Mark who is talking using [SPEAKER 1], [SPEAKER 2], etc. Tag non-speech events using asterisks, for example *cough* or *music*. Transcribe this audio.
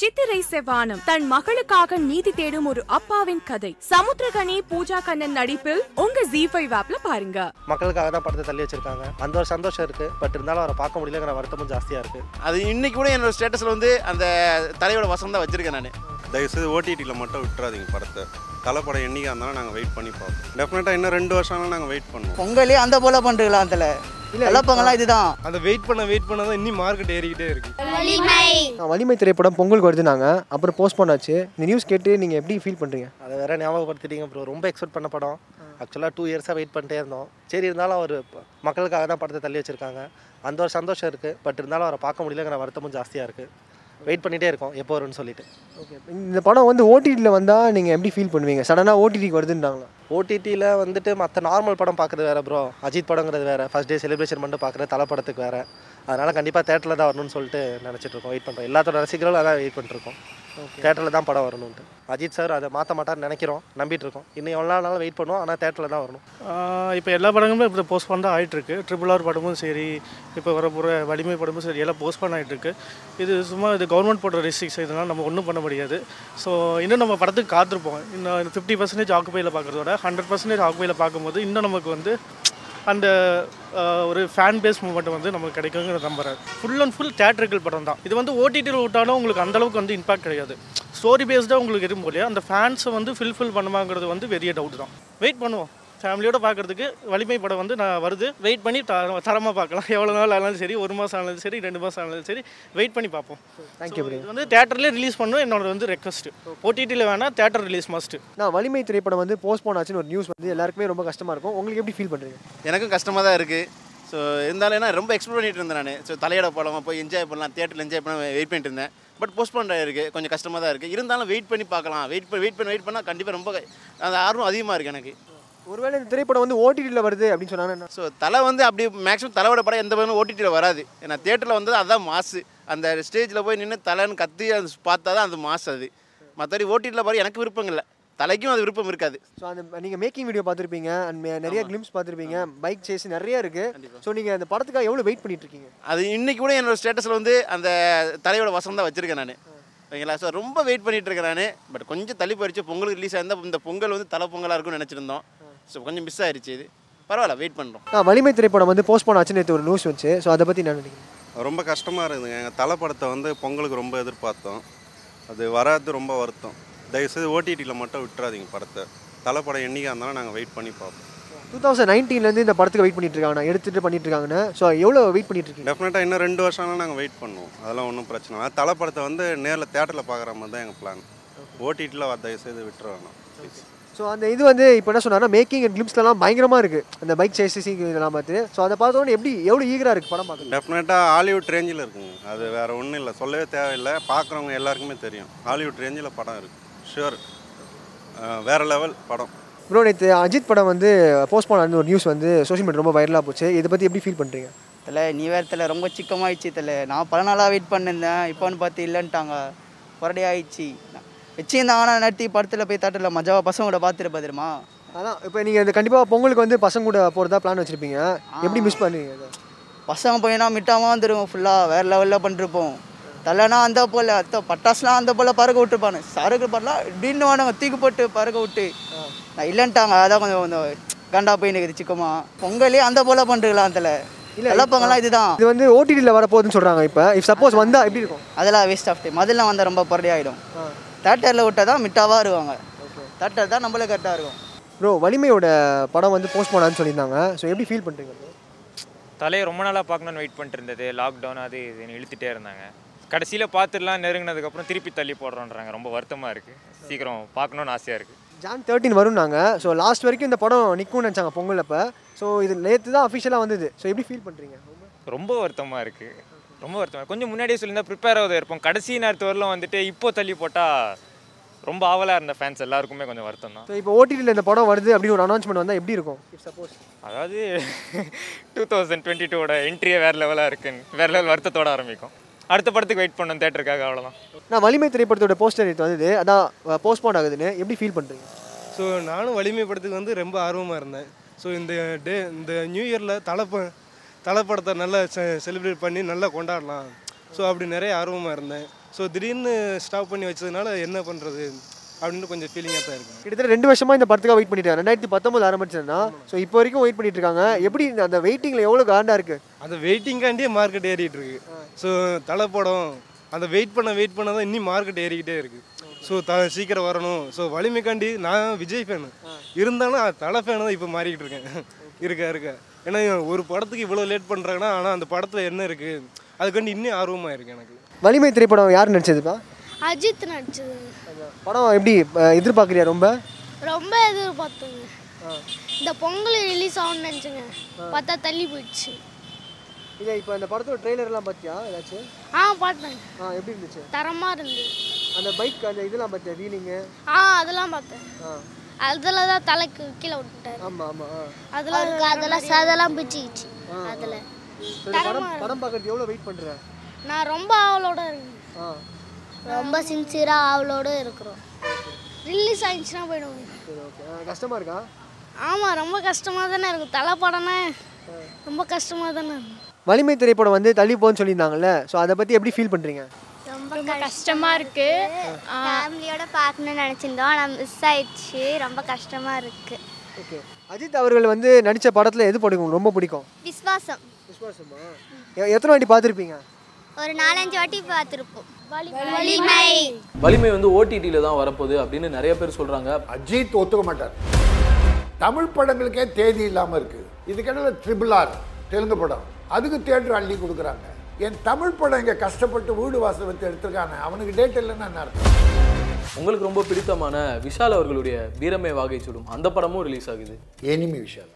[SPEAKER 1] சித்திரை செவானம் தன் மகளுக்காக நீதி தேடும் ஒரு அப்பாவின் கதை சமுத்திரகனி பூஜா கண்ணன் நடிப்பில் உங்க ஜி ஃபைவ் ஆப்ல பாருங்க
[SPEAKER 2] மக்களுக்காக தான் படத்தை தள்ளி வச்சிருக்காங்க அந்த ஒரு சந்தோஷம் இருக்கு பட் இருந்தாலும் அவரை பார்க்க முடியலங்கிற வருத்தமும் ஜாஸ்தியா இருக்கு
[SPEAKER 3] அது இன்னைக்கு கூட என்னோட ஸ்டேட்டஸில் வந்து அந்த தலையோட வசம் தான் வச்சிருக்கேன் நான்
[SPEAKER 4] தயவுசெய்து ஓடிடியில் மட்டும் விட்டுறாதீங்க படத்தை தலைப்படம் என்னைக்கா இருந்தாலும் நாங்கள் வெயிட் பண்ணி பார்ப்போம் டெஃபினட்டாக இன்னும் ரெண்டு வருஷம்லாம் நாங்கள் வெயிட் பண்ணுவோம்
[SPEAKER 5] பொங்கலே அந்த போல பண்றீங்களா அதுல கலப்பங்கெல்லாம் இதுதான்
[SPEAKER 6] அந்த வெயிட் பண்ண வெயிட் பண்ண தான் இன்னும் மார்க்கெட் ஏறிக்கிட்டே இருக்கு
[SPEAKER 7] நான் வலிமை திரைப்படம் பொங்கலுக்கு வருது நாங்கள் அப்புறம் போஸ்ட்போன் ஆச்சு இந்த நியூஸ் கேட்டு நீங்கள் எப்படி ஃபீல் பண்ணுறீங்க
[SPEAKER 2] அதை வேற ஞாபகப்படுத்திட்டீங்க ப்ரோ ரொம்ப எக்ஸ்பெக்ட் பண்ண படம் ஆக்சுவலாக டூ இயர்ஸாக வெயிட் பண்ணிட்டே இருந்தோம் சரி இருந்தாலும் அவர் மக்களுக்காக தான் படத்தை தள்ளி வச்சிருக்காங்க அந்த ஒரு சந்தோஷம் இருக்கு பட் இருந்தாலும் அவரை பார்க்க முடியலங்கிற வருத்தமும் ஜாஸ்தியா இருக்கு வெயிட் பண்ணிட்டே இருக்கோம் எப்போ வரும்னு சொல்லிட்டு
[SPEAKER 7] ஓகே இந்த படம் வந்து ஓடிடியில் வந்தால் நீங்கள் எப்படி ஃபீல் பண்ணுவீங்க சடனாக ஓடிடிக்கு வருதுன்றாங்களா
[SPEAKER 2] ஓடிடியில் வந்துட்டு மற்ற நார்மல் படம் பார்க்குறது வேற ப்ரோ அஜித் படங்கிறது வேற ஃபர்ஸ்ட் டே செலிப்ரேஷன் பண்ணிட்டு பார்க்குற தலை படத்துக்கு வேற அதனால கண்டிப்பாக தேட்டரில் தான் வரணும்னு சொல்லிட்டு நினச்சிட்டு இருக்கோம் வெயிட் பண்ணுறோம் எல்லாத்தோட ரசிகர்களும் அதான் வெயிட் பண்ணிருக்கோம் தேட்டரில் தான் படம் வரணும்ட்டு அஜித் சார் அதை மாற்ற மாட்டார்னு நினைக்கிறோம் நம்பிட்டு இருக்கோம் இன்னும் எவ்வளோ நாளும் வெயிட் பண்ணுவோம் ஆனால் தேட்டரில் தான் வரணும்
[SPEAKER 8] இப்போ எல்லா படங்களுமே இப்போ போஸ்ட்பான் தான் ஆகிட்டுருக்கு ட்ரிபிள் ஆர் படமும் சரி இப்போ வரப்போகிற வலிமை படமும் சரி எல்லாம் போஸ்ட்பான் ஆகிட்டுருக்கு இது சும்மா இது கவர்மெண்ட் போடுற ரெஸ்ட்ரிக்ஸ் இதெல்லாம் நம்ம ஒன்றும் பண்ண முடியாது ஸோ இன்னும் நம்ம படத்துக்கு காத்திருப்போம் இன்னும் ஃபிஃப்டி பர்சன்டேஜ் ஆக்குபையில் பார்க்குறதோட ஹண்ட்ரட் பர்சன்டேஜ் ஆக்குபையில் பார்க்கும்போது இன்னும் நமக்கு வந்து அந்த ஆஹ், ஒரு ஃபேன் பேஸ் மூமெண்ட் வந்து நமக்கு கிடைக்குங்கிற நம்புறேன் ஃபுல் அண்ட் ஃபுல் தேட்டரிக்கல் படம் தான் இது வந்து ஓடிடியில் விட்டாலும் உங்களுக்கு அந்தளவுக்கு வந்து இம்பாக்ட் கிடையாது ஸ்டோரி பேஸ்டாக உங்களுக்கு இருக்கும் போலயே அந்த ஃபேன்ஸை வந்து ஃபில்ஃபில் பண்ணுமாங்கிறது வந்து பெரிய டவுட் தான் வெயிட் பண்ணுவோம் ஃபேமிலியோட பார்க்குறதுக்கு வலிமை படம் வந்து நான் வருது வெயிட் பண்ணி த தரமாக பார்க்கலாம் எவ்வளோ நாள் ஆனாலும் சரி ஒரு மாதம் ஆனாலும் சரி ரெண்டு மாதம் ஆனாலும் சரி வெயிட் பண்ணி பார்ப்போம்
[SPEAKER 7] தேங்க்யூ
[SPEAKER 8] So, இது வந்து தேட்டர்லேயே ரிலீஸ் பண்ணணும் என்னோட வந்து ரெக்வஸ்ட்டு ஓடிடியில் வேணால் தேட்டர் ரிலீஸ் மஸ்ட்டு
[SPEAKER 7] நான் வலிமை திரைப்படம் வந்து போஸ்ட்போன் ஆச்சுன்னு ஒரு நியூஸ் வந்து எல்லாருக்குமே ரொம்ப கஷ்டமாக இருக்கும் உங்களுக்கு எப்படி ஃபீல் பண்ணுறீங்க
[SPEAKER 3] எனக்கும் கஷ்டமாக தான் இருக்குது ஸோ இருந்தாலும் என்ன ரொம்ப எக்ஸ்ப்ளோர் பண்ணிட்டு இருந்தேன் நான் ஸோ தலையோட படமாக போய் என்ஜாய் பண்ணலாம் தேட்டரில் என்ஜாய் பண்ண வெயிட் பண்ணிட்டு இருந்தேன் பட் போஸ்ட்போன் ஆயிருக்கு கொஞ்சம் கஷ்டமாக தான் இருக்குது இருந்தாலும் வெயிட் பண்ணி பார்க்கலாம் வெயிட் பண்ணி வெயிட் பண்ணி வெயிட் பண்ணால் கண்டிப்பாக ரொம்ப க- அந்த ஆர்வம் அதிகமாக இருக்குது எனக்கு
[SPEAKER 7] ஒருவேளை இந்த திரைப்படம் வந்து ஓடிடியில் வருது அப்படின்னு சொன்னாங்கன்னா என்ன?
[SPEAKER 3] ஸோ தலை வந்து அப்படி மேக்ஸிமம் தலையோட படம் எந்த படமும் ஓடிடியில் வராது ஏன்னா தேட்டரில் வந்து அதுதான் மாசு அந்த ஸ்டேஜில் போய் நின்று தலைன்னு கத்தி அது பார்த்தா தான் அது மாசு அது மற்றபடி ஓடிடியில் படம் எனக்கு விருப்பம் இல்லை தலைக்கும் அது விருப்பம் இருக்காது
[SPEAKER 7] ஸோ அந்த நீங்கள் மேக்கிங் வீடியோ பார்த்துருப்பீங்க அண்ட் நிறைய க்ளிம்ஸ் பார்த்துருப்பீங்க பைக் சேஸ் நிறைய இருக்குது ஸோ நீங்கள் அந்த படத்துக்காக எவ்வளோ வெயிட் பண்ணிட்டு இருக்கீங்க
[SPEAKER 3] அது இன்னைக்கு கூட என்னோட ஸ்டேட்டஸில் வந்து அந்த தலையோட வசம் தான் வச்சிருக்கேன் நான் ஓகேங்களா ஸோ ரொம்ப வெயிட் பண்ணிட்டு இருக்கேன் நான் பட் கொஞ்சம் தள்ளி போயிடுச்சு பொங்கலுக்கு ரிலீஸ் ஆயிருந்தா இந்த பொங்கல் வந்து தலை பொங்கலாக இருக்கும்னு நினச்சிருந்தோம் ஸோ கொஞ்சம் மிஸ் ஆயிடுச்சு இது பரவாயில்ல வெயிட் பண்ணுறோம்
[SPEAKER 7] நான் வலிமை திரைப்படம் வந்து போஸ்ட்போன் ஆச்சுன்னு நேற்று ஒரு நியூஸ் வந்துச்சு ஸோ அதை பற்றி என்ன நினைக்கிறீங்க
[SPEAKER 4] ரொம்ப கஷ்டமாக இருந்ததுங்க எங்கள் தலைப்படத்தை வந்து பொங்கலுக்கு ரொம்ப எதிர்பார்த்தோம் அது வராது ரொம்ப வருத்தம் தயவுசெய்து ஓடிடியில் மட்டும் விட்டுறாதீங்க படத்தை தலைப்படம் என்னைக்கா இருந்தாலும் நாங்கள் வெயிட் பண்ணி பார்ப்போம்
[SPEAKER 7] டூ தௌசண்ட் நைன்டீன்லேருந்து இந்த படத்துக்கு வெயிட் பண்ணிட்டு இருக்காங்க நான் எடுத்துட்டு பண்ணிட்டு இருக்காங்கன்னு ஸோ எவ்வளோ வெயிட் பண்ணிட்டு இருக்கீங்க
[SPEAKER 4] டெஃபினட்டாக இன்னும் ரெண்டு வருஷம்லாம் நாங்கள் வெயிட் பண்ணுவோம் அதெல்லாம் ஒன்றும் பிரச்சனை இல்லை ஆனால் தலைப்படத்தை வந்து நேரில் தேட்டரில் பார்க்குற மாதிரி தான் எங்கள் பிளான் ஓடிடியில் தயவுசெய்து விட்டுற வேணாம் ப்ளீஸ்
[SPEAKER 7] ஸோ அந்த இது வந்து இப்போ என்ன சொன்னாங்கன்னா மேக்கிங் அண்ட் கிளிம்ஸ்லாம் பயங்கரமாக இருக்குது அந்த பைக் சேசிங் இதெல்லாம் பார்த்து ஸோ அதை பார்த்தோன்னே எப்படி எவ்வளோ ஈகராக இருக்குது படம் பார்க்க
[SPEAKER 4] டெஃபினட்டாக ஹாலிவுட் ரேஞ்சில் இருக்குங்க அது வேற ஒன்றும் இல்லை சொல்லவே தேவையில்லை பார்க்குறவங்க எல்லாருக்குமே தெரியும் ஹாலிவுட் ரேஞ்சில் படம் இருக்கு ஷுவர் வேற லெவல் படம்
[SPEAKER 7] ப்ரோ நேற்று அஜித் படம் வந்து போஸ்ட்போன் ஆன ஒரு நியூஸ் வந்து சோஷியல் மீடியா ரொம்ப வைரலாக போச்சு இதை பற்றி எப்படி ஃபீல் பண்ணுறீங்க
[SPEAKER 5] இதில் நீ வேறு இதில் ரொம்ப சிக்கமாயிடுச்சு இதில் நான் பல நாளாக வெயிட் பண்ணியிருந்தேன் இப்போன்னு பார்த்து இல்லைன்ட்டாங்க கொரடி ஆயிடுச்சு வச்சிருந்தாங்கன்னா நடத்தி படத்தில் போய் தட்டில் மஜாவா பசங்களோட பார்த்துட்டு தெரியுமா
[SPEAKER 7] அதான் இப்போ நீங்கள் இந்த கண்டிப்பாக பொங்கலுக்கு வந்து பசங்க கூட போகிறதா பிளான் வச்சுருப்பீங்க எப்படி மிஸ் பண்ணுவீங்க அதை?
[SPEAKER 5] பசங்க போயினா மிட்டாமல் வந்துடும் ஃபுல்லாக வேறு லெவலில் பண்ணிருப்போம் தலைனா அந்த போல் அத்த பட்டாசுலாம் அந்த போல் பறக்க விட்டுருப்பானு சரக்கு படலாம் இப்படின்னு வானுங்க தூக்கி போட்டு பறக்க விட்டு நான் இல்லைன்ட்டாங்க அதான் கொஞ்சம் கொஞ்சம் கண்டா போய் நிற்குது சிக்கமா பொங்கலே அந்த போல் பண்ணுறீங்களா அதில் கலப்பங்கெல்லாம் இதுதான்
[SPEAKER 7] இது வந்து ஓடிடியில் வரப்போகுதுன்னு சொல்கிறாங்க இப்போ இஃப் சப்போஸ் வந்தால் எப்படி இருக்கும்
[SPEAKER 5] அதெல்லாம் வேஸ்ட் ஆஃப் டைம் அதெல்லாம் வந்தால் ரொம்ப பரடி ஆகிடும் தேட்டரில் விட்டால் தான் மிட்டாவாக இருவாங்க தேட்டர் தான் நம்மளுக்கு கரெக்டாக இருக்கும்
[SPEAKER 7] ப்ரோ வலிமையோட படம் வந்து போஸ்ட்போன் ஆனு சொல்லியிருந்தாங்க ஸோ எப்படி ஃபீல் பண்ணுறீங்க bro?
[SPEAKER 9] தலையை ரொம்ப நாளாக பார்க்கணும்னு வெயிட் பண்ணிட்டு இருந்தது லாக்டவுன் அது இதுன்னு இழுத்துட்டே இருந்தாங்க கடைசியில் பார்த்துடலாம் நெருங்கினதுக்கப்புறம் திருப்பி தள்ளி போடுறோன்றாங்க ரொம்ப வருத்தமாக இருக்குது சீக்கிரம் பார்க்கணுன்னு ஆசையாக இருக்குது
[SPEAKER 7] ஜான் தேர்ட்டின் வரும் நாங்கள் ஸோ லாஸ்ட் வரைக்கும் இந்த படம் நிற்கும்னு நினச்சாங்க பொங்கல் அப்போ ஸோ இது நேற்று தான் அஃபிஷியலாக வந்தது ஸோ எப்படி ஃபீல் பண்ணுறீங்க
[SPEAKER 9] ரொம்ப வருத்தமாக இருக்குது ரொம்ப வருத்தமாக கொஞ்சம் முன்னாடியே சொல்லியிருந்தா ப்ரிப்பேர் ஆகுது இருப்போம் கடைசி நேரத்து வரலாம் வந்துட்டு இப்போ தள்ளி போட்டால் ரொம்ப ஆவலாக இருந்த ஃபேன்ஸ் எல்லாருக்குமே கொஞ்சம் வருத்தம் தான்
[SPEAKER 7] ஸோ இப்போ ஓடிடியில் இந்த படம் வருது அப்படின்னு ஒரு அனௌன்ஸ்மெண்ட் வந்தால் எப்படி இருக்கும் சப்போஸ்
[SPEAKER 9] அதாவது *laughs* டூ தௌசண்ட் டுவெண்ட்டி டூவோட என்ட்ரியே வேறு லெவலாக இருக்குன்னு வேறு லெவல் வருத்தத்தோட ஆரம்பிக்கும் அடுத்த படத்துக்கு வெயிட் பண்ணோம் தேட்டருக்காக அவ்வளோதான்
[SPEAKER 7] நான் வலிமை திரைப்படத்தோட போஸ்டர் நேற்று வந்தது அதான் போஸ்ட்போன் ஆகுதுன்னு எப்படி ஃபீல் பண்ணுறீங்க
[SPEAKER 6] ஸோ நானும் வலிமை படத்துக்கு வந்து ரொம்ப ஆர்வமாக இருந்தேன் ஸோ இந்த டே இந்த நியூ இயரில் தலைப்ப தலைப்படத்தை நல்லா செலிப்ரேட் பண்ணி நல்லா கொண்டாடலாம் ஸோ அப்படி நிறைய ஆர்வமாக இருந்தேன்
[SPEAKER 9] ஸோ திடீர்னு ஸ்டாப் பண்ணி வச்சதுனால என்ன பண்ணுறது அப்படின்னு கொஞ்சம் ஃபீலிங்காக தான் இருக்குங்க
[SPEAKER 7] கிட்டத்தட்ட ரெண்டு வருஷமா இந்த படத்துக்காக வெயிட் பண்ணிட்டாங்க ரெண்டாயிரத்தி பத்தொன்பது ஆரம்பிச்சதுன்னா ஸோ இப்போ வரைக்கும் வெயிட் பண்ணிட்டு இருக்காங்க எப்படி இந்த- அந்த வெயிட்டிங்ல எவ்வளவு காண்டா இருக்கு
[SPEAKER 9] அந்த வெயிட்டிங்காண்டியே மார்க்கெட் ஏறிட்டு இருக்கு ஸோ தலை படம் அந்த வெயிட் பண்ண வெயிட் பண்ண தான் இன்னும் மார்க்கெட் ஏறிக்கிட்டே இருக்கு ஸோ த சீக்கிரம் வரணும் ஸோ வலிமைக்காண்டி நான் விஜய் ஃபேனு இருந்தாலும் அது தலை ஃபேனு தான் இப்போ மாறிக்கிட்டு இருக்கேன் இருக்கா இருக்கா ஏன்னா ஒரு படத்துக்கு இவ்வளோ லேட் பண்ணுறாங்கன்னா ஆனால் அந்த படத்தில் என்ன இருக்குது அதுக்காண்டி இன்னும் ஆர்வமாக இருக்கு எனக்கு
[SPEAKER 7] வலிமை திரைப்படம் யார் நடிச்சதுப்பா
[SPEAKER 4] அஜித் நடிச்சது
[SPEAKER 7] படம் எப்படி அஹ், எதிர்பார்க்கறியா ரொம்ப
[SPEAKER 4] ரொம்ப எதிர்பார்த்தோங்க இந்த பொங்கல் ரிலீஸ் ஆகும்னு நினச்சேங்க பார்த்தா தள்ளி போயிடுச்சு
[SPEAKER 7] இல்லை இப்போ அந்த படத்தோட ட்ரெய்லர்லாம் பார்த்தியா ஏதாச்சும்
[SPEAKER 4] ஆ பார்த்தேங்க
[SPEAKER 7] ஆ எப்படி இருந்துச்சு
[SPEAKER 4] தரமாக இருந்தது
[SPEAKER 7] அந்த பைக் அந்த இதெல்லாம் பார்த்தியா வீலிங்கு
[SPEAKER 4] ஆ அதெல்லாம் பார்த்தேன்
[SPEAKER 7] ஆ
[SPEAKER 4] அதில் தான் தலைக்கு கீழே விட்டுட்டாரு
[SPEAKER 7] ஆமாம் ஆமாம் ஆ
[SPEAKER 4] அதெல்லாம் அதெல்லாம் சதெல்லாம் பிடிச்சிக்கிச்சு அதில்
[SPEAKER 7] சரி, படம் படம் பார்க்கறது எவ்வளோ வெயிட் பண்ணுற
[SPEAKER 4] நான் ரொம்ப ஆவலோட இருக்கேன்
[SPEAKER 7] ஆ
[SPEAKER 4] ரொம்ப சின்சியராக ஆவலோடு இருக்கிறோம் ரிலீஸ் ஆயிடுச்சுன்னா போயிடுவோம்
[SPEAKER 7] சரி ஓகே கஷ்டமாக இருக்கா
[SPEAKER 4] ஆமாம் ரொம்ப கஷ்டமாக தானே இருக்கும் தலை படம்னா ரொம்ப கஷ்டமாக தானே இருக்கும்
[SPEAKER 7] வலிமை திரைப்படம் வந்து தள்ளி போன்னு சொல்லியிருந்தாங்கல்ல ஸோ அதை பற்றி எப்படி ஃபீல் பண்ணுறீங்க
[SPEAKER 4] ரொம்ப கஷ்டமா இருக்கு ஃபேமிலியோட பார்க்கணும்னு நினைச்சிருந்தோம் ஆனா மிஸ் ஆயிடுச்சு ரொம்ப கஷ்டமா இருக்கு
[SPEAKER 7] ஓகே அஜித் அவர்கள் வந்து நடித்த படத்தில் எது பிடிக்கும் ரொம்ப பிடிக்கும்
[SPEAKER 4] விஸ்வாசம்
[SPEAKER 7] விஸ்வாசமா எ- எத்தனை வாட்டி பார்த்துருப்பீங்க
[SPEAKER 4] ஒரு நாலஞ்சு வாட்டி பார்த்துருப்போம் வலிமை
[SPEAKER 10] வலிமை வந்து ஓடிடியில் தான் வரப்போகுது அப்படின்னு நிறைய பேர் சொல்கிறாங்க
[SPEAKER 8] அஜித் ஒத்துக்க மாட்டார் தமிழ் படங்களுக்கே தேதி இல்லாமல் இருக்கு இதுக்கிடையில் ட்ரிபிள் ஆர் தெலுங்கு படம் அதுக்கு தேட்டர் அள்ளி கொடுக்குறாங்க என் தமிழ் படம் இங்கே கஷ்டப்பட்டு வீடு வாசல் வச்சு எடுத்திருக்கானே அவனுக்கு டேட் இல்லைன்னா என்ன அர்த்தம்
[SPEAKER 10] உங்களுக்கு ரொம்ப பிடித்தமான விஷால் அவர்களுடைய வீரமே வாகை சுடும் அந்த படமும் ரிலீஸ் ஆகுது
[SPEAKER 8] எனிமி விஷயம்